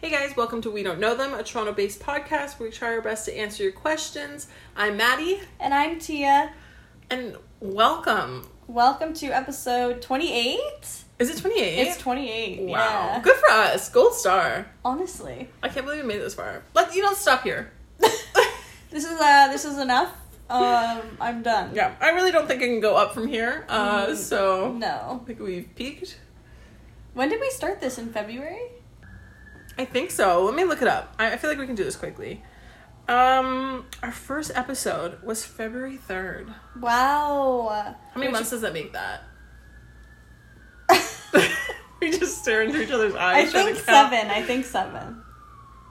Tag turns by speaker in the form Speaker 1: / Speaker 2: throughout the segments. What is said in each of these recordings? Speaker 1: Hey guys, welcome to We Don't Know Them, a Toronto based podcast where we try our best to answer your questions. I'm Maddie,
Speaker 2: And I'm Tia.
Speaker 1: and welcome.
Speaker 2: Welcome to episode 28.
Speaker 1: Is it 28?
Speaker 2: It's 28.
Speaker 1: Wow.
Speaker 2: Yeah.
Speaker 1: Good for us. Gold star.
Speaker 2: Honestly.
Speaker 1: I can't believe we made it this far. Let you don't stop here.
Speaker 2: This is uh this is enough. Um I'm done.
Speaker 1: Yeah, I really don't think it can go up from here. Uh,
Speaker 2: Mm.
Speaker 1: so I
Speaker 2: No.
Speaker 1: think we've peaked.
Speaker 2: When did we start this in February?
Speaker 1: I think so. Let me look it up. I, I feel like we can do this quickly. Um, our first episode was February third.
Speaker 2: Wow.
Speaker 1: How many
Speaker 2: Which-
Speaker 1: months does that make that? we just stare into each other's
Speaker 2: I
Speaker 1: eyes. trying
Speaker 2: think
Speaker 1: to count.
Speaker 2: seven. I think seven.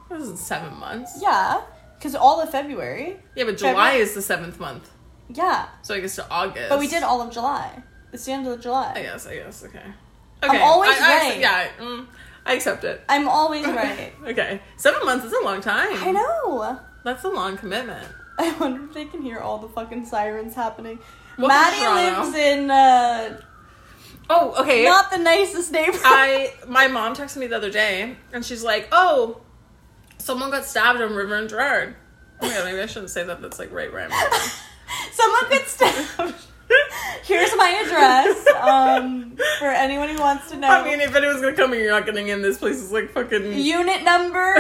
Speaker 1: It wasn't seven months.
Speaker 2: Yeah. Because all of February.
Speaker 1: Yeah, but
Speaker 2: February-
Speaker 1: July is the seventh month,
Speaker 2: Yeah.
Speaker 1: so I guess to August.
Speaker 2: But we did all of July. It's the end of July.
Speaker 1: I guess. I guess. Okay. Okay.
Speaker 2: always
Speaker 1: I, I,
Speaker 2: right.
Speaker 1: Yeah. I- mm, I accept it.
Speaker 2: I'm always right.
Speaker 1: okay. Seven months is a long time.
Speaker 2: I know.
Speaker 1: That's a long commitment.
Speaker 2: I wonder if they can hear all the fucking sirens happening.
Speaker 1: Welcome to Toronto.
Speaker 2: Maddie lives in uh,
Speaker 1: Oh, okay.
Speaker 2: not the nicest neighborhood.
Speaker 1: I my mom texted me the other day and she's like, "Oh, someone got stabbed on River and Gerard." Oh my god, maybe I shouldn't say that. That's like right where I'm. at.
Speaker 2: Someone could stab. Here's my address um, for anyone who wants to know.
Speaker 1: I mean, if anyone's gonna come here, you're not getting in. This place is like fucking.
Speaker 2: Unit number,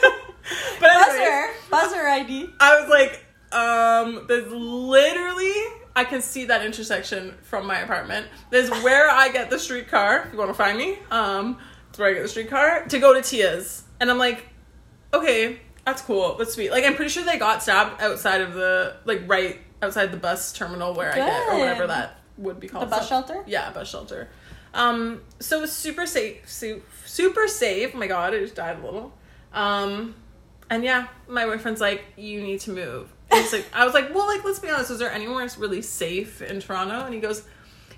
Speaker 1: but anyways,
Speaker 2: buzzer, buzzer ID.
Speaker 1: I was like, um, there's literally. I can see that intersection from my apartment. There's where I get the streetcar. If you want to find me, um, it's where I get the streetcar to go to Tia's, and I'm like, okay, that's cool, that's sweet. Like, I'm pretty sure they got stabbed outside of the like right outside the bus terminal where I get or
Speaker 2: Good.
Speaker 1: whatever that would be called.
Speaker 2: The bus
Speaker 1: So-
Speaker 2: shelter.
Speaker 1: yeah, bus shelter. Um, so it was super safe, su- super safe. Oh my god, I just died a little. Um, and yeah, my boyfriend's like, you need to move. And he's like, I was like, well, like, let's be honest, is there anywhere that's really safe in Toronto? And he goes,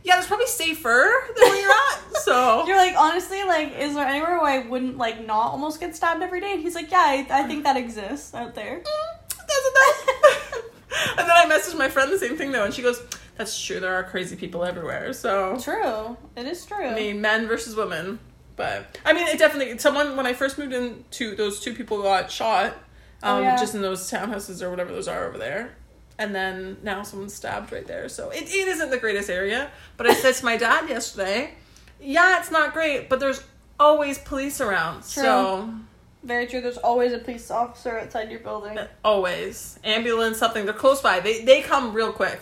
Speaker 1: yeah, there's probably safer than where you're at. So
Speaker 2: You're like honestly like, is there anywhere where I wouldn't like not almost get stabbed every day? And he's like, yeah, I, I think that exists out there.
Speaker 1: Mm. doesn't that? and then I messaged my friend the same thing though, and she goes, that's true. There are crazy people everywhere. So
Speaker 2: True, it is true.
Speaker 1: I mean, men versus women. But I mean, it definitely. Someone when I first moved in, two those two people got shot, um,
Speaker 2: Oh, yeah.
Speaker 1: just in those townhouses or whatever those are over there. And then now someone's stabbed right there. So it, it isn't the greatest area. But I said to my dad yesterday, yeah, it's not great, but there's always police around. So
Speaker 2: Very true. There's always a police officer outside your building.
Speaker 1: always ambulance something. They're close by. They they come real quick.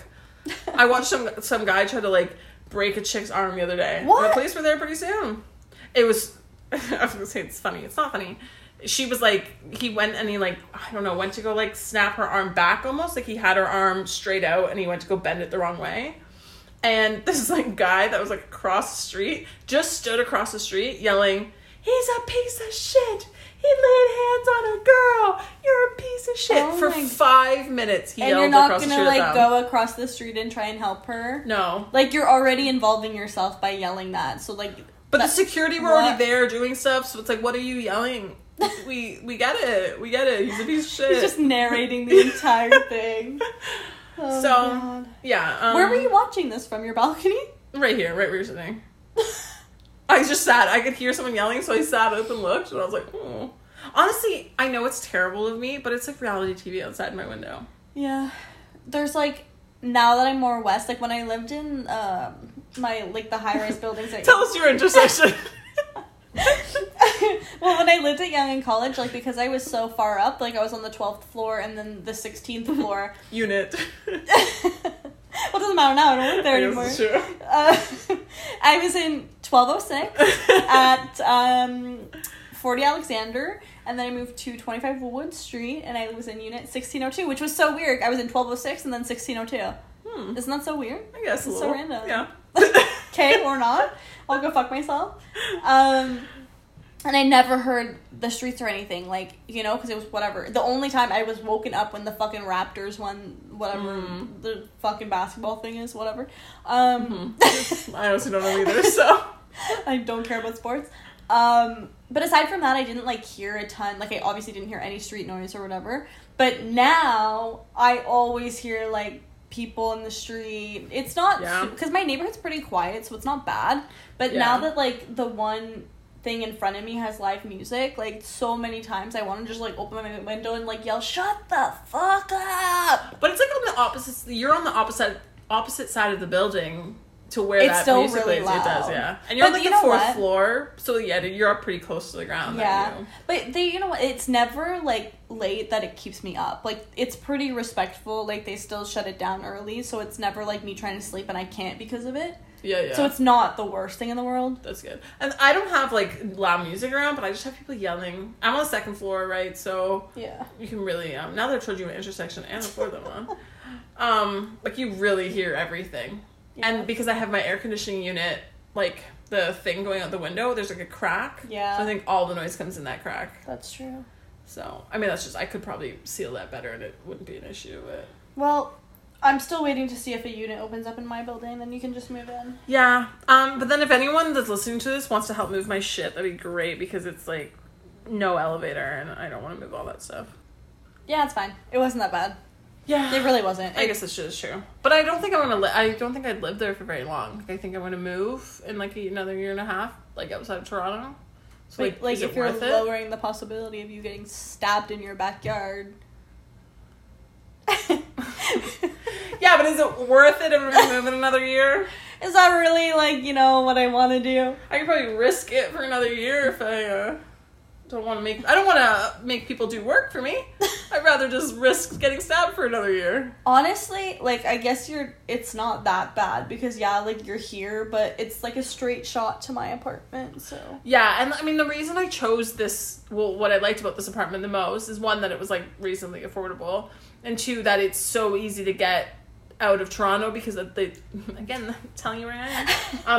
Speaker 1: I watched some some guy try to like break a chick's arm the other day. And The
Speaker 2: What?
Speaker 1: police were there pretty soon. It was I was gonna say it's funny. It's not funny. She was like he went and he like I don't know went to go like snap her arm back almost like he had her arm straight out and he went to go bend it the wrong way. And this like guy that was like across the street just stood across the street yelling, "He's a piece of shit. He laid hands on a girl. You're a piece of shit."
Speaker 2: Oh
Speaker 1: For
Speaker 2: my-
Speaker 1: five minutes, he
Speaker 2: and
Speaker 1: yelled
Speaker 2: you're not
Speaker 1: across the
Speaker 2: gonna
Speaker 1: street
Speaker 2: like
Speaker 1: at them.
Speaker 2: go across the street and try and help her.
Speaker 1: No,
Speaker 2: Like you're already involving yourself by yelling that. So like
Speaker 1: But the
Speaker 2: That-
Speaker 1: security were
Speaker 2: what?
Speaker 1: already there doing stuff, so it's like, what are you yelling? we we get it, we get it. He's a piece of shit.
Speaker 2: he's just narrating the entire thing. Oh,
Speaker 1: So,
Speaker 2: God.
Speaker 1: yeah. Um,
Speaker 2: where were you watching this from? Your balcony?
Speaker 1: Right here, right where you're sitting. I was just sat. I could hear someone yelling, so I sat up and looked, and I was like, oh. Honestly, I know it's terrible of me, but it's like reality TV outside my window.
Speaker 2: yeah. There's like now that I'm more west, like when I lived in um, my like the high rise buildings at
Speaker 1: Tell us your intersection.
Speaker 2: well, when I lived at Young in college, like because I was so far up, like I was on the twelfth floor and then the sixteenth floor.
Speaker 1: Unit.
Speaker 2: well, it doesn't matter now. I don't live there
Speaker 1: I guess
Speaker 2: anymore.
Speaker 1: it's true.
Speaker 2: Uh, I was in twelve oh six at um, forty Alexander, and then I moved to twenty five Wood Street, and I was in unit sixteen oh two, which was so weird. I was in twelve oh six and then sixteen oh two.
Speaker 1: Hmm,
Speaker 2: Isn't that so weird?
Speaker 1: I guess a
Speaker 2: It's so
Speaker 1: little.
Speaker 2: random.
Speaker 1: Yeah.
Speaker 2: okay or not. I'll go fuck myself. Um, and I never heard the streets or anything, like, you know, because it was whatever. The only time I was woken up when the fucking Raptors won whatever
Speaker 1: Mm.
Speaker 2: the fucking basketball thing is, whatever. Um,
Speaker 1: I honestly don't know either. So.
Speaker 2: I don't care about sports. Um, but aside from that, I didn't like hear a ton. Like I obviously didn't hear any street noise or whatever. But now I always hear like people in the street. It's not
Speaker 1: Yeah.
Speaker 2: because my neighborhood's pretty quiet, so it's not bad. But
Speaker 1: Yeah.
Speaker 2: now that like the one thing in front of me has live music, like so many times I want to just like open my window and like yell, "Shut the fuck up!"
Speaker 1: But it's like on the opposite. You're on the opposite opposite side of the building to where
Speaker 2: It's
Speaker 1: that
Speaker 2: still
Speaker 1: music
Speaker 2: really
Speaker 1: is.
Speaker 2: loud.
Speaker 1: It does, yeah. And you're
Speaker 2: But
Speaker 1: on like
Speaker 2: you
Speaker 1: the
Speaker 2: know
Speaker 1: fourth
Speaker 2: what?
Speaker 1: floor, so yeah, you're up pretty close to the ground.
Speaker 2: Yeah,
Speaker 1: Yeah.
Speaker 2: but they, you know, what? it's never like late that it keeps me up. Like it's pretty respectful. Like they still shut it down early, so it's never like me trying to sleep and I can't because of it.
Speaker 1: Yeah, yeah.
Speaker 2: So it's not the worst thing in the world.
Speaker 1: That's good. And I don't have like loud music around, but I just have people yelling. I'm on the second floor, right? So
Speaker 2: Yeah.
Speaker 1: you can really um now that I've told you an intersection and the floor that I'm on. Um, like you really hear everything.
Speaker 2: Yeah.
Speaker 1: And because I have my air conditioning unit, like the thing going out the window, there's like a crack.
Speaker 2: Yeah.
Speaker 1: So I think all the noise comes in that crack.
Speaker 2: That's true.
Speaker 1: So I mean that's just I could probably seal that better and it wouldn't be an issue, but
Speaker 2: Well, I'm still waiting to see if a unit opens up in my building, then you can just move in.
Speaker 1: Yeah. Um, but then if anyone that's listening to this wants to help move my shit, that'd be great because it's like no elevator and I don't want to move all that stuff.
Speaker 2: Yeah, it's fine. It wasn't that bad.
Speaker 1: Yeah.
Speaker 2: It really wasn't.
Speaker 1: I
Speaker 2: It-
Speaker 1: guess this shit is true. But I don't think I'm gonna li- I don't think I'd live there for very long. Like, I think I'm gonna move in like another year and a half, like outside of Toronto. So
Speaker 2: like,
Speaker 1: like,
Speaker 2: like
Speaker 1: is
Speaker 2: if
Speaker 1: it
Speaker 2: you're
Speaker 1: worth it?
Speaker 2: lowering the possibility of you getting stabbed in your backyard. Is
Speaker 1: Yeah, but is it worth it if I'm gonna move in another year?
Speaker 2: that really like, you know, what I want to do?
Speaker 1: I could probably risk it for another year if I uh, don't want to make I don't want to make people do work for me. I'd rather just risk getting stabbed for another year.
Speaker 2: Honestly, like I guess you're it's not that bad because yeah, like you're here, but it's like a straight shot to my apartment, so
Speaker 1: Yeah, and I mean the reason I chose this, well, what I liked about this apartment the most is one that it was like reasonably affordable, and two that it's so easy to get out of Toronto because of the again I'm telling you where I am.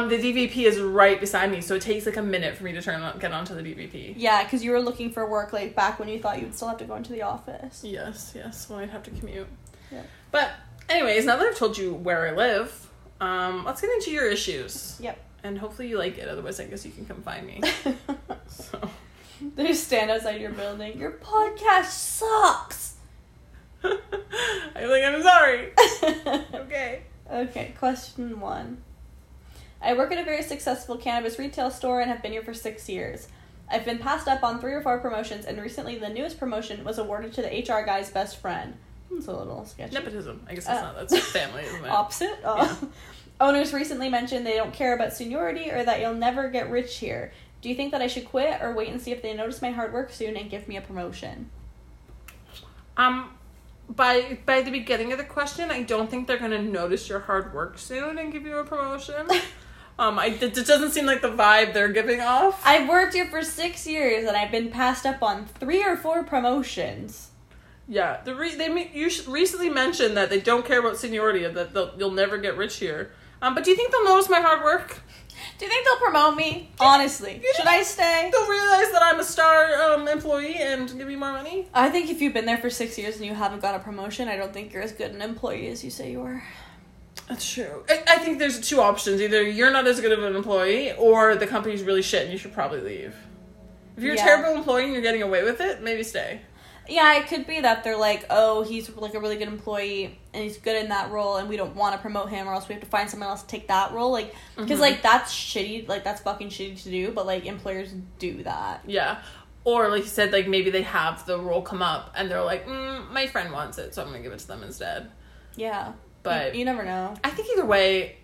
Speaker 1: Um, the DVP is right beside me, so it takes like a minute for me to turn on, get onto the DVP.
Speaker 2: Yeah, because you were looking for work like back when you thought you would still have to go into the office.
Speaker 1: Yes, yes, when I'd have to commute.
Speaker 2: Yeah.
Speaker 1: But anyways, now that I've told you where I live, um, let's get into your issues,
Speaker 2: Yep.
Speaker 1: and hopefully you like it. Otherwise, I guess you can come find me. So.
Speaker 2: they just stand outside your building. Your podcast sucks.
Speaker 1: I like I'm sorry. Okay.
Speaker 2: okay, question one. I work at a very successful cannabis retail store and have been here for six years. I've been passed up on three or four promotions, and recently the newest promotion was awarded to the HR guy's best friend. It's a little sketchy.
Speaker 1: Nepotism. I guess that's
Speaker 2: Oh.
Speaker 1: not that's family, isn't it?
Speaker 2: Opposite? Oh. Owners recently mentioned they don't care about seniority or that you'll never get rich here. Do you think that I should quit or wait and see if they notice my hard work soon and give me a promotion?
Speaker 1: um by by the beginning of the question, I don't think they're gonna notice your hard work soon and give you a promotion. um I it, it doesn't seem like the vibe they're giving off.
Speaker 2: I've worked here for six years and I've been passed up on three or four promotions.
Speaker 1: yeah. The re- they me- you sh- recently mentioned that they don't care about seniority and that they'll, you'll never get rich here. Um, but do you think they'll notice my hard work?
Speaker 2: Do you think they'll promote me? Honestly, should I stay?
Speaker 1: They'll realize that I'm a star um, employee and give me more money?
Speaker 2: I think if you've been there for six years and you haven't got a promotion, I don't think you're as good an employee as you say you are.
Speaker 1: That's true. I, I think there's two options. Either you're not as good of an employee, or the company's really shit and you should probably leave. If you're
Speaker 2: Yeah.
Speaker 1: a terrible employee and you're getting away with it, maybe stay.
Speaker 2: Yeah, it could be that they're like, oh, he's like a really good employee and he's good in that role, and we don't want to promote him, or else we have to find someone else to take that role. Like, because like that's shitty, like that's fucking shitty to do, but like employers do that.
Speaker 1: Yeah. Or like you said, like maybe they have the role come up and they're like, mm, my friend wants it, so I'm gonna give it to them instead.
Speaker 2: Yeah,
Speaker 1: But
Speaker 2: you, you never know.
Speaker 1: I think either way,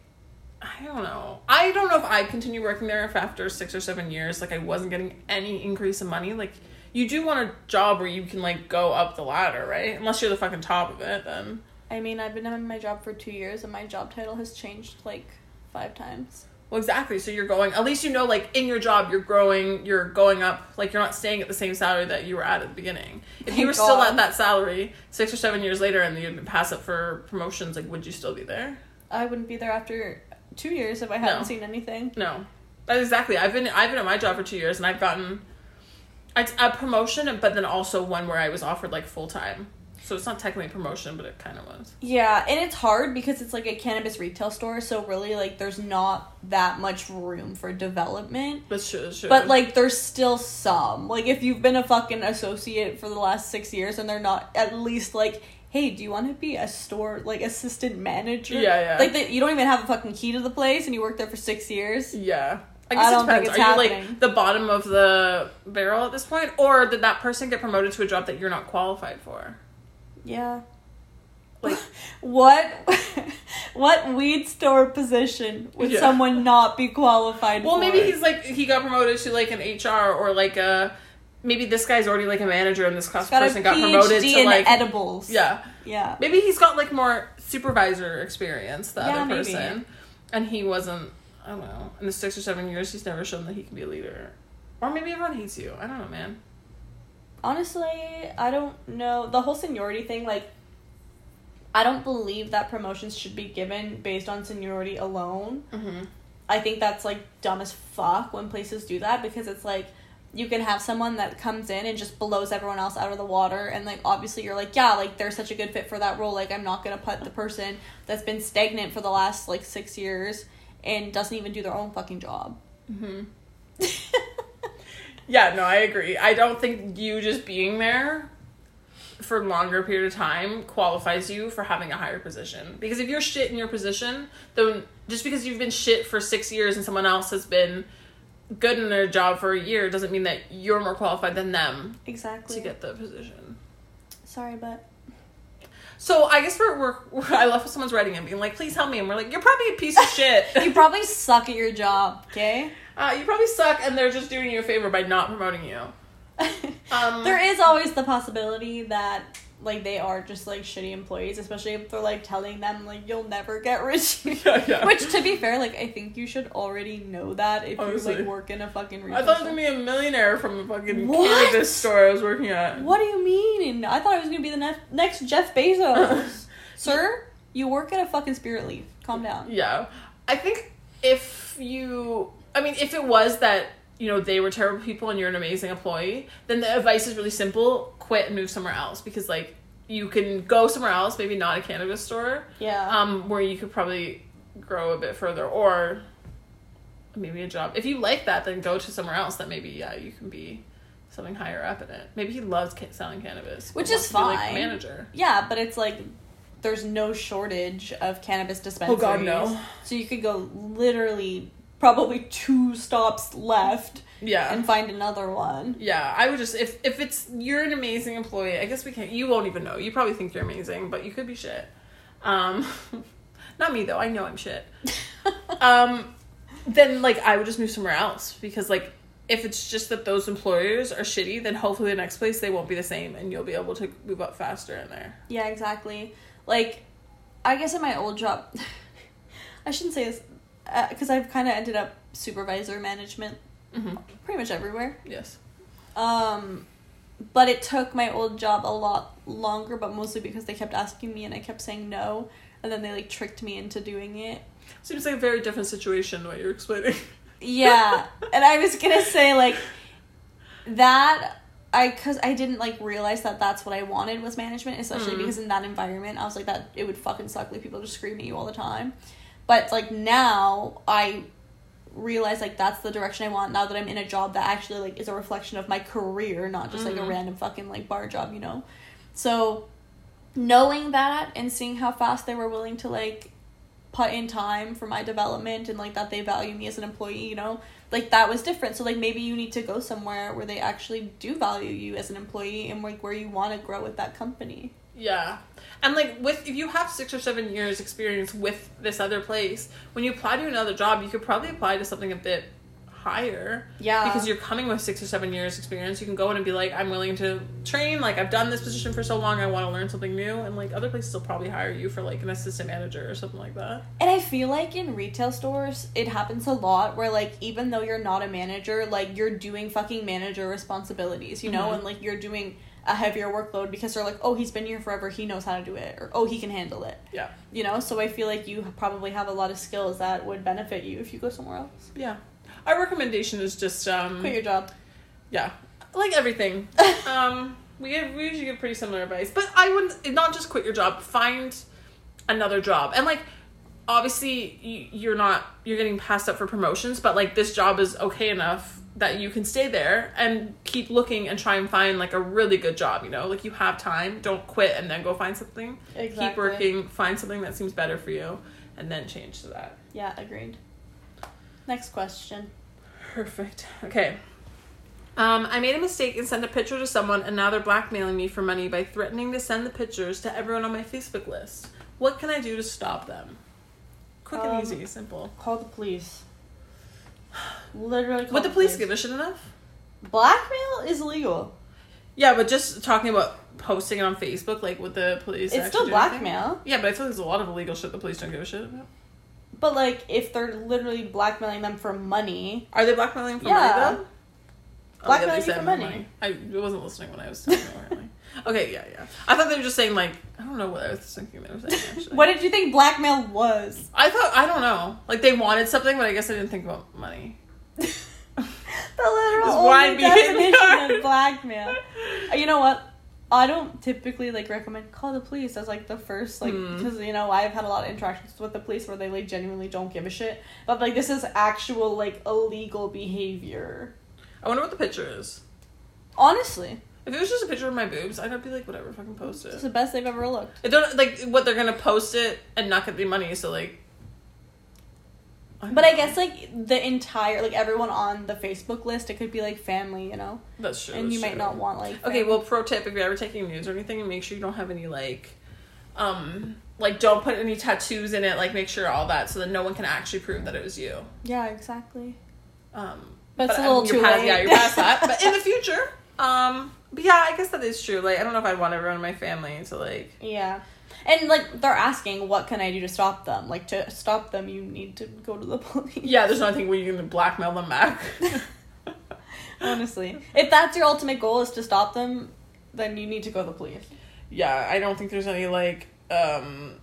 Speaker 1: I don't know. I don't know if I'd continue working there if after six or seven years, like I wasn't getting any increase in money. Like you do want a job where you can like go up the ladder, right? Unless you're the fucking top of it, then.
Speaker 2: I mean, I've been in my job for two years, and my job title has changed like five times.
Speaker 1: Well, exactly. So you're going. At least you know, like in your job, you're growing. You're going up. Like you're not staying at the same salary that you were at at the beginning. If
Speaker 2: Thank
Speaker 1: you were still
Speaker 2: God.
Speaker 1: at that salary six or seven years later, and you'd pass up for promotions, like would you still be there?
Speaker 2: I wouldn't be there after two years if I hadn't
Speaker 1: No.
Speaker 2: seen anything.
Speaker 1: No. That's exactly. I've been I've been at my job for two years, and I've gotten a, a promotion, but then also one where I was offered like full time. So it's not technically a promotion, but it kind of was.
Speaker 2: Yeah, and it's hard because it's like a cannabis retail store, so really like there's not that much room for development.
Speaker 1: But sure, sure.
Speaker 2: But like there's still some. Like if you've been a fucking associate for the last 6 years and they're not at least like Hey, do you want to be a store like assistant manager?
Speaker 1: Yeah, yeah.
Speaker 2: Like that, you don't even have a fucking key to the place, and you worked there for six years.
Speaker 1: yeah, I guess
Speaker 2: I don't
Speaker 1: it depends.
Speaker 2: think it's
Speaker 1: Are you
Speaker 2: happening.
Speaker 1: like the bottom of the barrel at this point, or did that person get promoted to a job that you're not qualified for?
Speaker 2: Yeah.
Speaker 1: Like-
Speaker 2: what what weed store position would
Speaker 1: Yeah.
Speaker 2: someone not be qualified
Speaker 1: Well,
Speaker 2: for?
Speaker 1: maybe he's like he got promoted to like an HR or like a maybe this guy's already like a manager and this class
Speaker 2: got a
Speaker 1: person got
Speaker 2: PhD
Speaker 1: promoted to
Speaker 2: in
Speaker 1: like
Speaker 2: edibles.
Speaker 1: yeah.
Speaker 2: Yeah.
Speaker 1: Maybe he's got like more supervisor experience the
Speaker 2: Yeah,
Speaker 1: other
Speaker 2: maybe.
Speaker 1: person, and he wasn't. I don't know. In the six or seven years, he's never shown that he can be a leader, or maybe everyone hates you. I don't know, man.
Speaker 2: Honestly, I don't know. The whole seniority thing, like, I don't believe that promotions should be given based on seniority alone.
Speaker 1: Mm-hmm.
Speaker 2: I think that's like dumb as fuck when places do that because it's like you can have someone that comes in and just blows everyone else out of the water and like obviously you're like yeah like they're such a good fit for that role like I'm not going to put the person that's been stagnant for the last like 6 years and doesn't even do their own fucking job.
Speaker 1: Mm-hmm. Yeah, no, I agree. I don't think you just being there for a longer period of time qualifies you for having a higher position. Because if you're shit in your position, then just because you've been shit for six years and someone else has been good in their job for a year doesn't mean that you're more qualified than them to
Speaker 2: exactly.
Speaker 1: get the position.
Speaker 2: Sorry but
Speaker 1: So I guess we're, we're, I love someone's writing and being like, please help me. And we're like, you're probably a piece of shit.
Speaker 2: you probably suck at your job, okay?
Speaker 1: uh, you probably suck and they're just doing you a favor by not promoting you. Um,
Speaker 2: there is always the possibility that like they are just like shitty employees, especially if they're like telling them like you'll never get rich.
Speaker 1: Yeah, yeah.
Speaker 2: Which to be fair, like I think you should already know that if
Speaker 1: Honestly.
Speaker 2: you like work in a fucking retail
Speaker 1: I thought I was
Speaker 2: store.
Speaker 1: gonna be a millionaire from a fucking
Speaker 2: What?
Speaker 1: cannabis store I was working at.
Speaker 2: What do you mean? I thought I was gonna be the ne- next Jeff Bezos. Sir, you work at a fucking spirit leaf. Calm down.
Speaker 1: Yeah, I think if you, I mean, if it was that you know they were terrible people and you're an amazing employee, then the advice is really simple: quit and move somewhere else because like you can go somewhere else, maybe not a cannabis store,
Speaker 2: Yeah.
Speaker 1: um, where you could probably grow a bit further or maybe a job. If you like that, then go to somewhere else that maybe yeah you can be. Something higher up in it. Maybe he loves ca- selling cannabis, but
Speaker 2: Which
Speaker 1: wants
Speaker 2: is
Speaker 1: to be, like,
Speaker 2: fine.
Speaker 1: manager.
Speaker 2: yeah, but it's like there's no shortage of cannabis
Speaker 1: Oh
Speaker 2: dispensaries.
Speaker 1: God, no.
Speaker 2: So you could go literally probably two stops left
Speaker 1: Yeah.
Speaker 2: and find another one.
Speaker 1: Yeah, I would just if if it's you're an amazing employee, I guess we can't. You won't even know. You probably think you're amazing, but you could be shit. Um, not me though. I know I'm shit. Um, then like I would just move somewhere else because like if it's just that those employers are shitty, then hopefully the next place they won't be the same, and you'll be able to move up faster in there.
Speaker 2: Yeah, exactly. Like, I guess at my old job, I shouldn't say this because I've kind of ended up supervisor management
Speaker 1: Mm-hmm.
Speaker 2: pretty much everywhere.
Speaker 1: Yes.
Speaker 2: Um, but it took my old job a lot longer, but mostly because they kept asking me and I kept saying no, and then they like tricked me into doing it.
Speaker 1: Seems like a very different situation than what you're explaining.
Speaker 2: Yeah, and I was gonna say like that. I cause I didn't like realize that that's what I wanted was management, especially
Speaker 1: Mm.
Speaker 2: because in that environment I was like that it would fucking suck like people just scream at you all the time. But like now I realize like that's the direction I want now that I'm in a job that actually like is a reflection of my career, not just like a
Speaker 1: Mhm.
Speaker 2: random fucking like bar job, you know. So knowing that and seeing how fast they were willing to like put in time for my development and like that they value me as an employee, you know, like that was different. So like maybe you need to go somewhere where they actually do value you as an employee and like where you want to grow with that company.
Speaker 1: Yeah. And like with if you have six or seven years experience with this other place, when you apply to another job, you could probably apply to something a bit higher.
Speaker 2: Yeah.
Speaker 1: Because you're coming with six or seven years experience. You can go in and be like, I'm willing to train, like I've done this position for so long, I want to learn something new and like other places will probably hire you for like an assistant manager or something like that.
Speaker 2: And I feel like in retail stores, it happens a lot where, like, even though you're not a manager, like, you're doing fucking manager responsibilities, you know?
Speaker 1: Mhm.
Speaker 2: And, like, you're doing a heavier workload because they're like, oh, he's been here forever. He knows how to do it. Or, oh, he can handle it.
Speaker 1: Yeah.
Speaker 2: You know? So I feel like you probably have a lot of skills that would benefit you if you go somewhere else.
Speaker 1: Yeah. Our recommendation is just um
Speaker 2: Quit your job.
Speaker 1: yeah. Like everything. um we give, we usually give pretty similar advice but i wouldn't not just quit your job find another job and like obviously you, you're not you're getting passed up for promotions but like this job is okay enough that you can stay there and keep looking and try and find like a really good job you know like you have time don't quit and then go find something keep
Speaker 2: Exactly.
Speaker 1: working find something that seems better for you and then change to that
Speaker 2: Yeah, agreed. Next question.
Speaker 1: Perfect. Okay. Um, I made a mistake and sent a picture to someone, and now they're blackmailing me for money by threatening to send the pictures to everyone on my Facebook list. What can I do to stop them? Quick
Speaker 2: Um,
Speaker 1: and easy, simple.
Speaker 2: Call the police. Literally call
Speaker 1: Would the police give a shit enough?
Speaker 2: Blackmail is illegal.
Speaker 1: Yeah, but just talking about posting it on Facebook, like with the police.
Speaker 2: It's still
Speaker 1: actually do anything?
Speaker 2: blackmail.
Speaker 1: Yeah, but I feel like there's a lot of illegal shit the police don't give a shit about.
Speaker 2: But like if they're literally blackmailing them for money.
Speaker 1: Are they blackmailing for
Speaker 2: Yeah.
Speaker 1: money though? Oh,
Speaker 2: Blackmailing
Speaker 1: they
Speaker 2: you
Speaker 1: said
Speaker 2: for money.
Speaker 1: I wasn't listening when I was talking. apparently. okay, yeah, yeah. I thought they were just saying like I don't know what I was thinking they were saying. Actually.
Speaker 2: what did you think blackmail was?
Speaker 1: I thought I don't know. Like they wanted something, but I guess I didn't think about money.
Speaker 2: the literal
Speaker 1: Just
Speaker 2: only
Speaker 1: wind me in
Speaker 2: definition
Speaker 1: hard.
Speaker 2: of blackmail. Uh, You know what? I don't typically like recommend call the police as like the first like
Speaker 1: Hmm.
Speaker 2: because you know I've had a lot of interactions with the police where they like genuinely don't give a shit, but like this is actual like illegal behavior.
Speaker 1: I wonder what the picture is.
Speaker 2: Honestly,
Speaker 1: If it was just a picture of my boobs, I'd be like, whatever, fucking post
Speaker 2: it's
Speaker 1: it.
Speaker 2: the best they've ever looked.
Speaker 1: I don't like what they're gonna post it and not get the money. So like, don't
Speaker 2: But I
Speaker 1: know.
Speaker 2: guess like the entire like everyone on the Facebook list, it could be like family, you know,
Speaker 1: that's true.
Speaker 2: and
Speaker 1: that's
Speaker 2: you might
Speaker 1: true.
Speaker 2: not want like
Speaker 1: Okay,
Speaker 2: fam-
Speaker 1: well, pro tip: if you're ever taking nudes or anything, make sure you don't have any like, um, like don't put any tattoos in it. Like, make sure all that, so that no one can actually prove that it was you.
Speaker 2: yeah, exactly.
Speaker 1: Um,
Speaker 2: But it's a
Speaker 1: I
Speaker 2: little
Speaker 1: mean,
Speaker 2: too
Speaker 1: you're past,
Speaker 2: late.
Speaker 1: Yeah, you're past that. But in the future, um, but yeah, I guess that is true. Like, I don't know if I'd want everyone in my family to like.
Speaker 2: Yeah. And like they're asking, what can I do to stop them? Like to stop them, you need to go to the police.
Speaker 1: Yeah, there's nothing where you can blackmail them back.
Speaker 2: Honestly, if that's your ultimate goal is to stop them, then you need to go to the police.
Speaker 1: yeah, I don't think there's any like, um,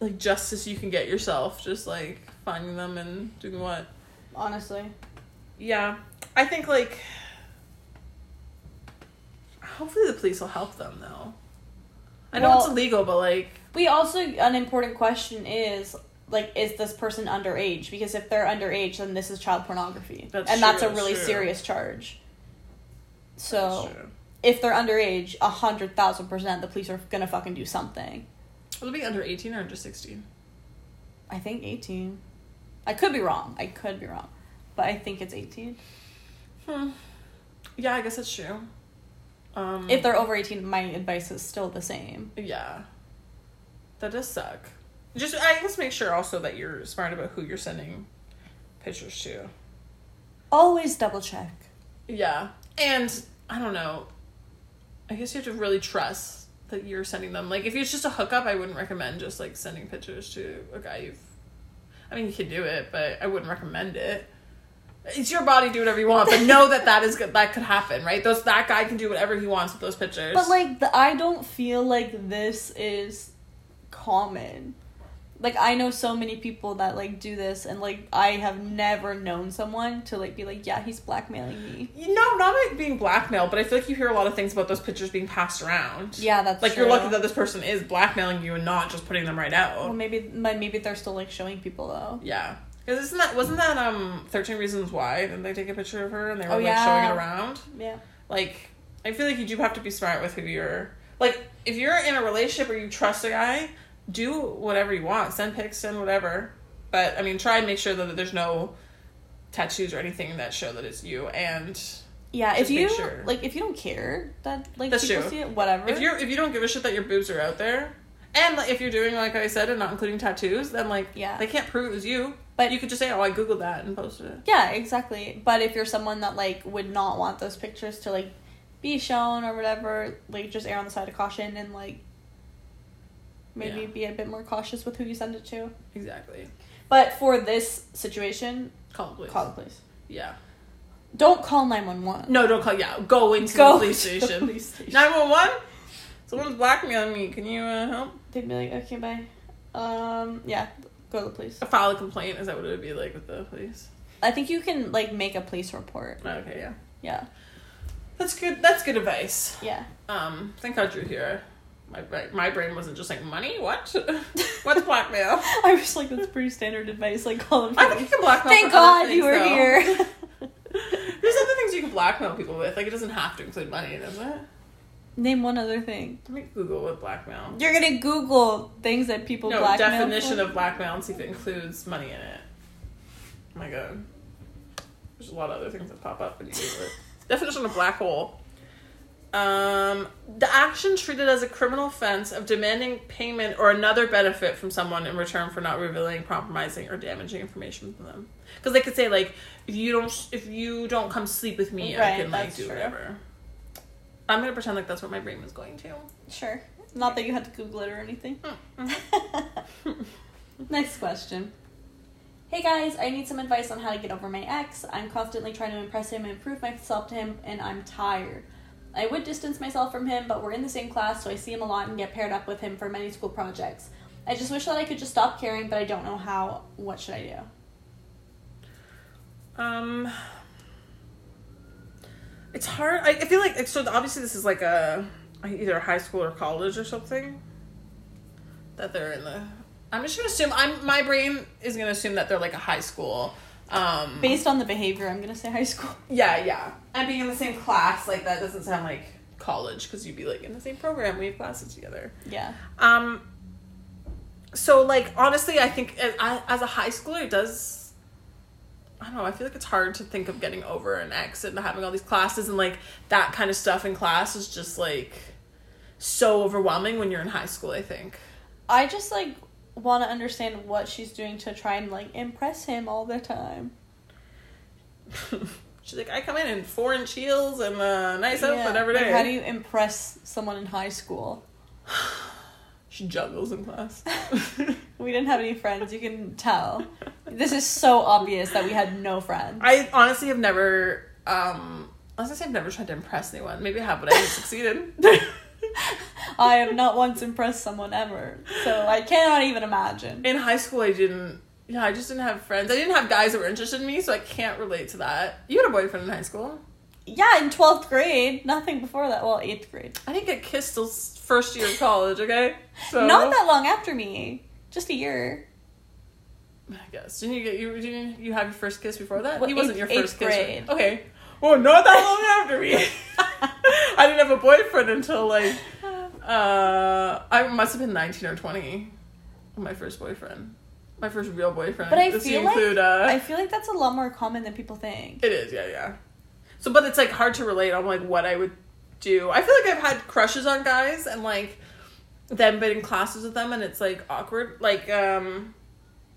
Speaker 1: like justice you can get yourself. Just like finding them and doing what.
Speaker 2: Honestly,
Speaker 1: Yeah, I think like. Hopefully, the police will help them though. I know it's
Speaker 2: Well-
Speaker 1: illegal, but like,
Speaker 2: we also an important question is like, is this person underage? Because if they're underage, then this is child pornography,
Speaker 1: That's
Speaker 2: and
Speaker 1: true,
Speaker 2: that's a
Speaker 1: that's
Speaker 2: really
Speaker 1: true.
Speaker 2: serious charge.
Speaker 1: that's
Speaker 2: So
Speaker 1: true.
Speaker 2: if they're underage, a hundred thousand percent, the police are gonna fucking do something.
Speaker 1: it'll be under eighteen or under sixteen.
Speaker 2: I think eighteen. I could be wrong. I could be wrong, but I think it's eighteen.
Speaker 1: Hmm. Yeah, I guess that's true. Um,
Speaker 2: If they're over eighteen, my advice is still the same.
Speaker 1: yeah, that does suck. Just I guess make sure also that you're smart about who you're sending pictures to.
Speaker 2: Always double check.
Speaker 1: Yeah, and I don't know. I guess you have to really trust that you're sending them. Like if it's just a hookup, I wouldn't recommend just like sending pictures to a guy you've. I mean, you could do it, but I wouldn't recommend it. It's your body, do whatever you want, but know that that is good. That could happen, right? Those that guy can do whatever he wants with those pictures.
Speaker 2: But like, the, I don't feel like this is common. Like I know so many people that like do this, and like I have never known someone to like be like, yeah, he's blackmailing me.
Speaker 1: You know, not like being blackmailed, but I feel like you hear a lot of things about those pictures being passed around.
Speaker 2: Yeah, that's
Speaker 1: Like you're
Speaker 2: true.
Speaker 1: lucky that this person is blackmailing you and not just putting them right
Speaker 2: Well,
Speaker 1: out.
Speaker 2: maybe my- maybe they're still like showing people though.
Speaker 1: Yeah. Cause isn't that wasn't that um Thirteen Reasons Why? Didn't they take a picture of her and they were
Speaker 2: Oh,
Speaker 1: like
Speaker 2: yeah.
Speaker 1: showing it around?
Speaker 2: Yeah.
Speaker 1: Like I feel like you do have to be smart with who you're like if you're in a relationship or you trust a guy, do whatever you want. Send pics, send whatever. But I mean try and make sure that there's no tattoos or anything that show that it's you and
Speaker 2: Yeah,
Speaker 1: Just
Speaker 2: if you
Speaker 1: make sure.
Speaker 2: like, if you don't care that like
Speaker 1: That's
Speaker 2: people
Speaker 1: true.
Speaker 2: see it, whatever.
Speaker 1: If you're if you don't give a shit that your boobs are out there, and like, if you're doing like I said and not including tattoos, then like
Speaker 2: Yeah.
Speaker 1: they can't prove it was you.
Speaker 2: But-
Speaker 1: But you could just say, oh, I googled that and posted it.
Speaker 2: yeah, exactly. But if you're someone that like would not want those pictures to like be shown or whatever, like just err on the side of caution and like maybe
Speaker 1: Yeah.
Speaker 2: be a bit more cautious with who you send it to.
Speaker 1: Exactly.
Speaker 2: But for this situation,
Speaker 1: Call the police.
Speaker 2: call the police.
Speaker 1: Yeah.
Speaker 2: Don't call nine one one.
Speaker 1: No, don't call. Yeah, go into
Speaker 2: Go
Speaker 1: the police
Speaker 2: to the
Speaker 1: station.
Speaker 2: police station.
Speaker 1: Nine one one. Someone's blackmailing me. Can you uh, help?
Speaker 2: They'd be like, okay, bye. Um, yeah, go to the police.
Speaker 1: File a complaint. Is that what it would be like with the police? Oh,
Speaker 2: I think you can like make a police report.
Speaker 1: Okay, yeah.
Speaker 2: Yeah,
Speaker 1: That's good. That's good advice.
Speaker 2: yeah.
Speaker 1: Um, thank God you're here. My my- my brain wasn't just like money. What? What's blackmail?
Speaker 2: I was like, that's pretty standard advice. Like, call them.
Speaker 1: I think you can blackmail.
Speaker 2: Thank
Speaker 1: for other
Speaker 2: God you
Speaker 1: things,
Speaker 2: were
Speaker 1: though.
Speaker 2: here.
Speaker 1: There's other things you can blackmail people with. Like it doesn't have to include money, does it? Let
Speaker 2: Name one other thing.
Speaker 1: me Google what blackmail.
Speaker 2: You're gonna Google things that people
Speaker 1: no
Speaker 2: blackmail.
Speaker 1: definition
Speaker 2: for.
Speaker 1: of blackmail and see if it includes money in it. Oh my god. There's a lot of other things that pop up. When you Google it. Definition of black hole. Um, the action treated as a criminal offense of demanding payment or another benefit from someone in return for not revealing, compromising, or damaging information from them. Because they could say like, if you don't, if you don't come sleep with me, I
Speaker 2: Right,
Speaker 1: can like
Speaker 2: that's
Speaker 1: do
Speaker 2: true.
Speaker 1: whatever. I'm gonna pretend like that's what my brain was going to.
Speaker 2: Sure. Not that you had to Google it or anything. uh-huh. Next question. Hey guys, I need some advice on how to get over my ex. I'm constantly trying to impress him and prove myself to him, and I'm tired. I would distance myself from him, but we're in the same class, so I see him a lot and get paired up with him for many school projects. I just wish that I could just stop caring, but I don't know how. What should I do?
Speaker 1: Um, it's hard. I, I feel like like, so. Obviously, this is like a either high school or college or something that they're in the. I'm just gonna assume. I'm my brain is gonna assume that they're like a high school. Um,
Speaker 2: Based on the behavior, I'm gonna say high school.
Speaker 1: yeah, yeah. And being in the same class like that doesn't sound like college because you'd be like in the same program. We have classes together.
Speaker 2: Yeah.
Speaker 1: Um. So like honestly, I think as, I- as a high schooler, it does. I don't know. I feel like it's hard to think of getting over an ex and having all these classes and like that kind of stuff in class is just like so overwhelming when you're in high school. I think.
Speaker 2: I just like want to understand what she's doing to try and like impress him all the time.
Speaker 1: She's like, I come in in four inch heels and a nice outfit
Speaker 2: Yeah,
Speaker 1: every
Speaker 2: like,
Speaker 1: day.
Speaker 2: how do you impress someone in high school?
Speaker 1: she juggles in class.
Speaker 2: We didn't have any friends. You can tell. This is so obvious that we had no friends.
Speaker 1: I honestly have never. um I was gonna say I've never tried to impress anyone. Maybe I have, but I haven't succeeded.
Speaker 2: I have not once impressed someone ever, so I cannot even imagine.
Speaker 1: in high school i didn't yeah i just didn't have friends i didn't have guys that were interested in me so i can't relate to that you had a boyfriend in high school
Speaker 2: Yeah, in twelfth grade, nothing before that. Well, eighth grade.
Speaker 1: i didn't get kissed till s- first year of college okay so
Speaker 2: Not that long after me, just a year.
Speaker 1: i guess didn't you get you didn't you have your first kiss before that
Speaker 2: Well,
Speaker 1: he wasn't
Speaker 2: eighth-
Speaker 1: your first
Speaker 2: eighth
Speaker 1: kiss right?
Speaker 2: grade.
Speaker 1: okay well not that long after me i didn't have a boyfriend until like uh i must have been 19 or 20 my first boyfriend my first real boyfriend
Speaker 2: But I
Speaker 1: Does he
Speaker 2: feel like-
Speaker 1: include, uh,
Speaker 2: I feel like that's a lot more common than people think.
Speaker 1: It is, yeah, yeah. So, but it's like hard to relate on like what I would do. I feel like I've had crushes on guys and like then been in classes with them, and it's like awkward. Like um,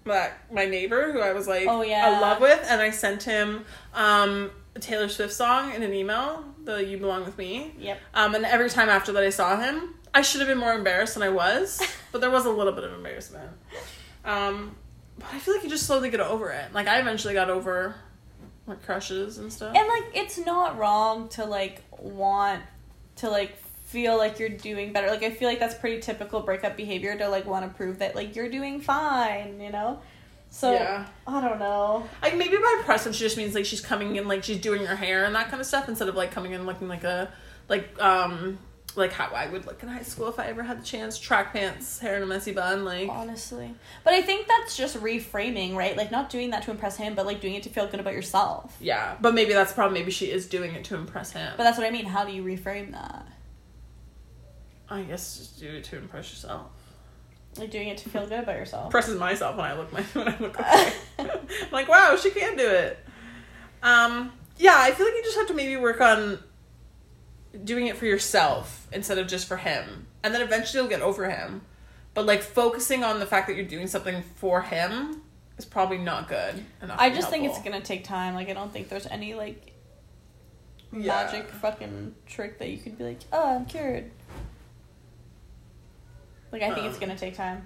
Speaker 1: my my neighbor who I was like
Speaker 2: Oh, yeah.
Speaker 1: in love with, and I sent him um a Taylor Swift song in an email, the "You Belong with Me."
Speaker 2: Yep.
Speaker 1: Um, and every time after that, I saw him. I should have been more embarrassed than I was, but there was a little bit of embarrassment. Um, but I feel like you just slowly get over it. Like I eventually got over my crushes and stuff.
Speaker 2: And like it's not wrong to like want to like feel like you're doing better. Like I feel like that's pretty typical breakup behavior to like want to prove that like you're doing fine, you know? So
Speaker 1: Yeah.
Speaker 2: I don't know.
Speaker 1: Like maybe by impressive, she just means like she's coming in like she's doing her hair and that kind of stuff instead of like coming in looking like a like um like how I would look in high school if I ever had the chance. Track pants, hair in a messy bun, like
Speaker 2: Honestly. But I think that's just reframing, right? Like not doing that to impress him, but like doing it to feel good about yourself.
Speaker 1: yeah. But maybe that's the problem. Maybe she is doing it to impress him.
Speaker 2: But that's what I mean. How do you reframe that?
Speaker 1: I guess just do it to impress yourself.
Speaker 2: Like doing it to feel good about yourself.
Speaker 1: impresses myself when I look my when I look away. I'm like, wow, she can do it. Um, yeah, I feel like you just have to maybe work on doing it for yourself instead of just for him, and then eventually you'll get over him. But like focusing on the fact that you're doing something for him is probably not good. And not
Speaker 2: I just think it's
Speaker 1: helpful.
Speaker 2: gonna take time. Like I don't think there's any like
Speaker 1: Yeah.
Speaker 2: magic fucking trick that you could be like, oh, I'm cured. Like I think it's
Speaker 1: Um.
Speaker 2: gonna take time.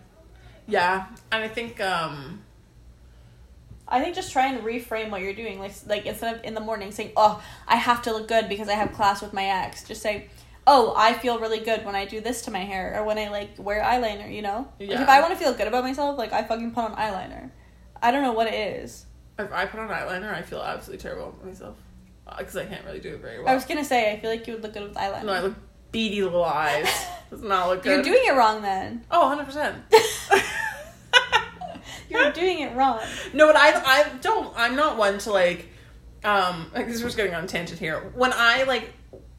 Speaker 1: Yeah, and I think um,
Speaker 2: I think just try and reframe what you're doing. Like like instead of in the morning saying, "Oh, I have to look good because I have class with my ex," just say, "Oh, I feel really good when I do this to my hair or when I like wear eyeliner." You know, like if
Speaker 1: Yeah.
Speaker 2: I want to feel good about myself, like I fucking put on eyeliner. I don't know what it is.
Speaker 1: if I put on eyeliner, I feel absolutely terrible about myself because I can't really do it very well.
Speaker 2: I was gonna say I feel like you would look good with eyeliner.
Speaker 1: no, I look beady little eyes. Does not look good.
Speaker 2: You're doing it wrong then.
Speaker 1: Oh, 100 percent.
Speaker 2: You're doing it wrong.
Speaker 1: No, but I I don't I'm not one to like um like this was getting on a tangent here. When I like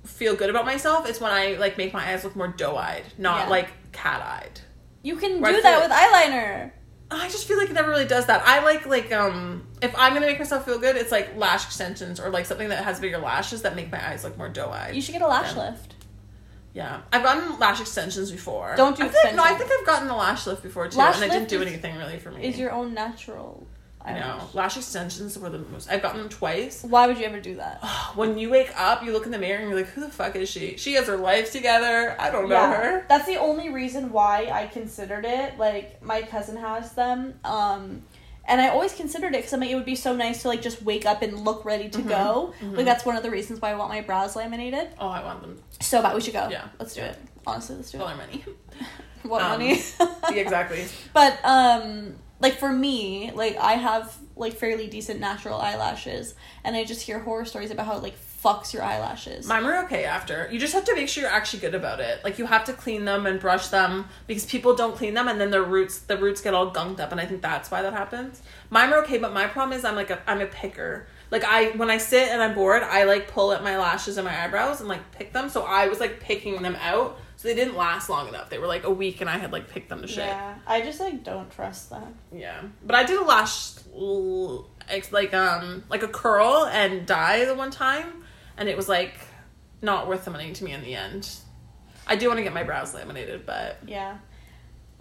Speaker 1: feel good about myself, it's when I like make my eyes look more doe eyed, not
Speaker 2: Yeah.
Speaker 1: like cat eyed.
Speaker 2: You can
Speaker 1: Right
Speaker 2: do that
Speaker 1: foot.
Speaker 2: with eyeliner.
Speaker 1: I just feel like it never really does that. I like like um if I'm gonna make myself feel good, it's like lash extensions or like something that has bigger lashes that make my eyes look more doe eyed.
Speaker 2: You should get a lash
Speaker 1: Yeah.
Speaker 2: lift.
Speaker 1: Yeah, I've gotten lash extensions before.
Speaker 2: Don't do
Speaker 1: I feel like- no, I
Speaker 2: extensions.
Speaker 1: think I've gotten the lash lift before too,
Speaker 2: Lash
Speaker 1: and it didn't
Speaker 2: lift
Speaker 1: do
Speaker 2: is-
Speaker 1: anything really for me.
Speaker 2: Is your own natural
Speaker 1: I know
Speaker 2: eyelash.
Speaker 1: lash extensions were the most. I've gotten them twice.
Speaker 2: Why would you ever do that?
Speaker 1: When you wake up, you look in the mirror and you're like, "Who the fuck is she? She has her life together. I don't know her."
Speaker 2: That's the only reason why I considered it. Like my cousin has them, um, and I always considered it because I'm like, it would be so nice to like just wake up and look ready
Speaker 1: Mm-hmm.
Speaker 2: to go. Like that's one of the reasons why I want my brows laminated.
Speaker 1: Oh, I want them.
Speaker 2: So bad, we should go.
Speaker 1: Yeah.
Speaker 2: let's do it. Honestly, let's do
Speaker 1: All
Speaker 2: it.
Speaker 1: our money.
Speaker 2: What
Speaker 1: Um,
Speaker 2: money?
Speaker 1: yeah, exactly.
Speaker 2: But um like for me, like I have like fairly decent natural eyelashes and I just hear horror stories about how it like fucks your eyelashes.
Speaker 1: Mine were okay after. You just have to make sure you're actually good about it. Like you have to clean them and brush them because people don't clean them and then their roots the roots get all gunked up and I think that's why that happens. Mine were okay, but my problem is I'm like a I'm a picker. Like I when I sit and I'm bored, I like pull at my lashes and my eyebrows and like pick them. So I was like picking them out. So they didn't last long enough. They were like a week and I had like picked them to shit. Yeah.
Speaker 2: yeah, I just like don't trust them.
Speaker 1: But I did a lash l- ex- like um like a curl and dye the one time and it was like not worth the money to me in the end. I do want to get my brows laminated, but
Speaker 2: Yeah.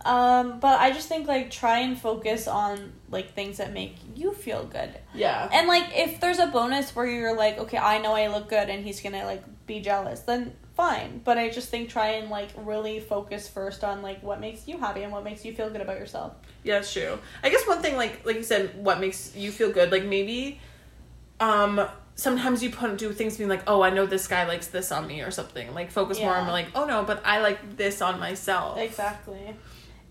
Speaker 2: Um, but I just think like try and focus on like things that make you feel good.
Speaker 1: yeah.
Speaker 2: And like if there's a bonus where you're like, okay, I know I look good and he's gonna like be jealous, then fine. But I just think try and like really focus first on like what makes you happy and what makes you feel good about yourself.
Speaker 1: Yeah, it's true. I guess one thing like like you said, what makes you feel good, like maybe um sometimes you put do things being like, Oh, I know this guy likes this on me or something. Like focus more on
Speaker 2: Yeah.
Speaker 1: like, oh no, but I like this on myself.
Speaker 2: Exactly.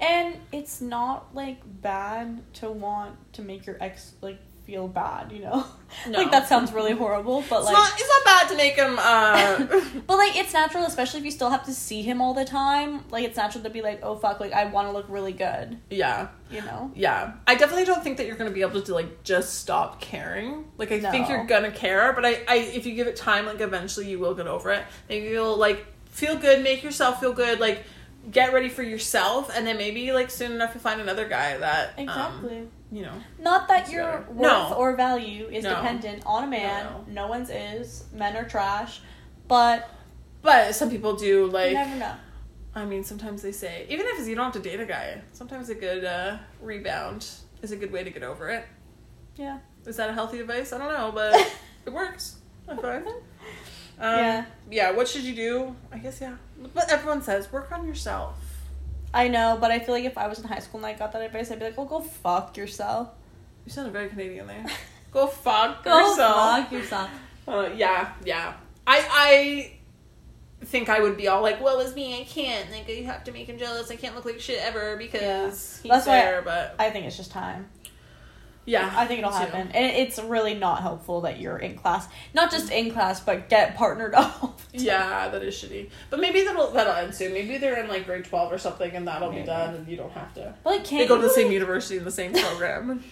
Speaker 2: And it's not like bad to want to make your ex like feel bad, you know?
Speaker 1: No.
Speaker 2: like that sounds really horrible, but
Speaker 1: It's
Speaker 2: like
Speaker 1: not it's not bad to make him uh
Speaker 2: but like it's natural especially if you still have to see him all the time. Like it's natural to be like, "Oh fuck, like I want to look really good,"
Speaker 1: Yeah.
Speaker 2: you know?
Speaker 1: Yeah. I definitely don't think that you're gonna be able to like just stop caring. Like I think
Speaker 2: No.
Speaker 1: you're gonna care, but I, I if you give it time, like eventually you will get over it. Maybe you'll like feel good, make yourself feel good, like get ready for yourself and then maybe like soon enough you'll find another guy that um,
Speaker 2: Exactly.
Speaker 1: you know.
Speaker 2: not that
Speaker 1: It's
Speaker 2: your
Speaker 1: better.
Speaker 2: worth
Speaker 1: No.
Speaker 2: or value is
Speaker 1: No.
Speaker 2: dependent on a man.
Speaker 1: No,
Speaker 2: no one's is. Men are trash. But
Speaker 1: But some people do like
Speaker 2: you never know.
Speaker 1: I mean sometimes they say even if you don't have to date a guy, sometimes a good uh, rebound is a good way to get over it.
Speaker 2: Yeah.
Speaker 1: Is that a healthy advice? I don't know, but it works. I find. Um,
Speaker 2: Yeah.
Speaker 1: Yeah. What should you do? I guess yeah. But everyone says work on yourself.
Speaker 2: I know, but I feel like if I was in high school and I got that advice, I'd be like, well, go fuck yourself.
Speaker 1: You sounded very Canadian there. Go fuck
Speaker 2: go
Speaker 1: yourself.
Speaker 2: fuck yourself.
Speaker 1: Uh, yeah. Yeah. I I think I would be all like, well, it's me. I can't. Like you have to make him jealous. I can't look like shit ever because
Speaker 2: Yeah.
Speaker 1: he's
Speaker 2: That's why
Speaker 1: there. but
Speaker 2: I think it's just time.
Speaker 1: yeah,
Speaker 2: I think it'll
Speaker 1: me too.
Speaker 2: happen. And it's really not helpful that you're in class. Not just in class, but get partnered up.
Speaker 1: Yeah, that is shitty. But maybe that'll that'll end soon. Maybe they're in like grade twelve or something, and that'll
Speaker 2: Maybe.
Speaker 1: be done, and you don't have to.
Speaker 2: But like, can't
Speaker 1: They go to
Speaker 2: you,
Speaker 1: the same
Speaker 2: like-
Speaker 1: university in the same program.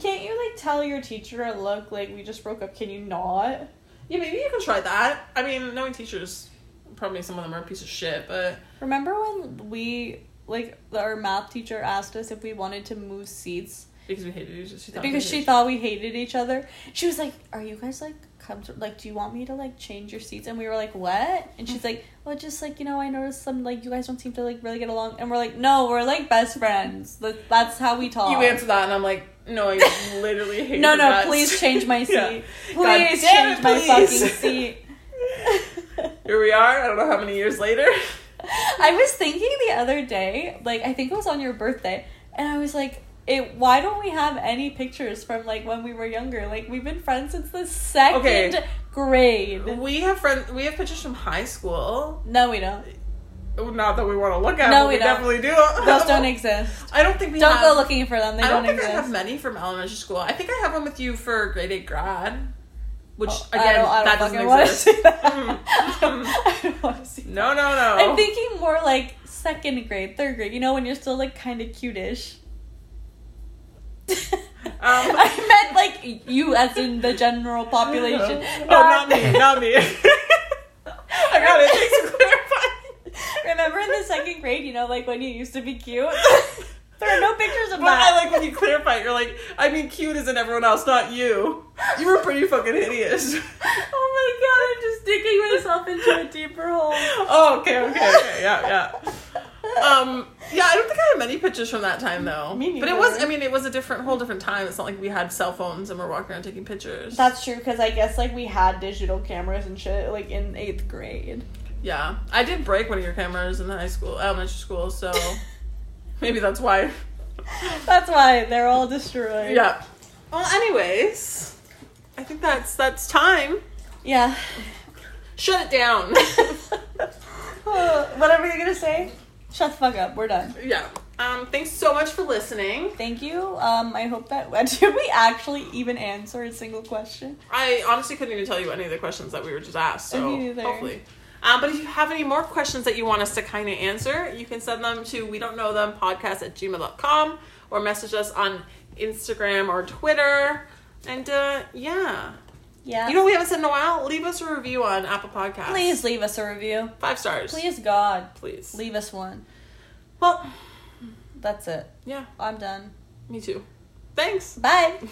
Speaker 2: Can't you like tell your teacher, look, like we just broke up? Can you not?
Speaker 1: yeah, maybe you can try that. I mean, knowing teachers, probably some of them are a piece of shit, but
Speaker 2: Remember when we like our math teacher asked us if we wanted to move seats
Speaker 1: because we hated each other, she thought we
Speaker 2: because she
Speaker 1: hated-
Speaker 2: thought we hated each other. She was like, "Are you guys like comfortable? Like, do you want me to like change your seats?" And we were like, "What?" And she's like, "Well, just like you know, I noticed some like you guys don't seem to like really get along." And we're like, "No, we're like best friends. That- That's how we talk."
Speaker 1: You answer that, and I'm like, no, I literally hate.
Speaker 2: No, no, please change my seat.
Speaker 1: Yeah. God
Speaker 2: Please
Speaker 1: damn
Speaker 2: change
Speaker 1: it,
Speaker 2: my
Speaker 1: please.
Speaker 2: fucking seat.
Speaker 1: Here we are. I don't know how many years later.
Speaker 2: I was thinking the other day, like I think it was on your birthday, and I was like, it, why don't we have any pictures from like when we were younger? Like we've been friends since the second
Speaker 1: Okay.
Speaker 2: grade.
Speaker 1: we have friends. We have pictures from high school.
Speaker 2: No, we don't.
Speaker 1: Not that we want to look at.
Speaker 2: No,
Speaker 1: but
Speaker 2: we
Speaker 1: we,
Speaker 2: don't.
Speaker 1: definitely do.
Speaker 2: Those don't exist.
Speaker 1: I don't think we
Speaker 2: Don't
Speaker 1: have-
Speaker 2: go looking for them. They
Speaker 1: I
Speaker 2: don't,
Speaker 1: don't, think
Speaker 2: exist.
Speaker 1: I have many from elementary school. I think I have one with you for grade eight grad, which
Speaker 2: Oh,
Speaker 1: again that
Speaker 2: fucking
Speaker 1: doesn't
Speaker 2: wanna
Speaker 1: exist.
Speaker 2: see that.
Speaker 1: Mm.
Speaker 2: I don't want to see. that.
Speaker 1: No, no, no.
Speaker 2: I'm thinking more like second grade, third grade. You know when you're still like kind of cutish.
Speaker 1: Um.
Speaker 2: I meant like you, as in the general population.
Speaker 1: Oh, not me, not me. I got it. Thanks for clarifying.
Speaker 2: Remember in the second grade, you know, like when you used to be cute. Oh There are no pictures of
Speaker 1: But I
Speaker 2: that.
Speaker 1: like when you clarify it, you're like, I mean cute isn't everyone else, not you. You were pretty fucking hideous.
Speaker 2: oh my god, I'm just digging myself into a deeper hole.
Speaker 1: oh, okay, okay, okay, yeah, yeah. Um, yeah, I don't think I have many pictures from that time though.
Speaker 2: Me
Speaker 1: But it
Speaker 2: neither.
Speaker 1: was, I mean, it was a different, whole different time. It's not like we had cell phones and we're walking around taking pictures.
Speaker 2: That's true because I guess like we had digital cameras and shit like in eighth grade.
Speaker 1: yeah, I did break one of your cameras in high school, elementary school, so maybe that's why.
Speaker 2: That's why they're all destroyed.
Speaker 1: Yeah. Well, anyways, I think that's that's time.
Speaker 2: Yeah.
Speaker 1: Shut it down.
Speaker 2: Uh, Whatever you're gonna say, shut the fuck up. We're done.
Speaker 1: yeah. Um. Thanks so much for listening.
Speaker 2: Thank you. Um, I hope that did we actually even answer a single question?
Speaker 1: I honestly couldn't even tell you any of the questions that we were just asked, so
Speaker 2: Me neither.
Speaker 1: hopefully. Um, but if you have any more questions that you want us to kind of answer, you can send them to we don't know them podcast at gmail.com or message us on Instagram or Twitter. And uh, yeah.
Speaker 2: Yeah.
Speaker 1: You know, what we haven't said in a while. Leave us a review on Apple Podcasts.
Speaker 2: please leave us a review.
Speaker 1: Five stars.
Speaker 2: Please God,
Speaker 1: Please.
Speaker 2: leave us one.
Speaker 1: Well,
Speaker 2: That's it.
Speaker 1: yeah,
Speaker 2: I'm done.
Speaker 1: me too. Thanks.
Speaker 2: Bye.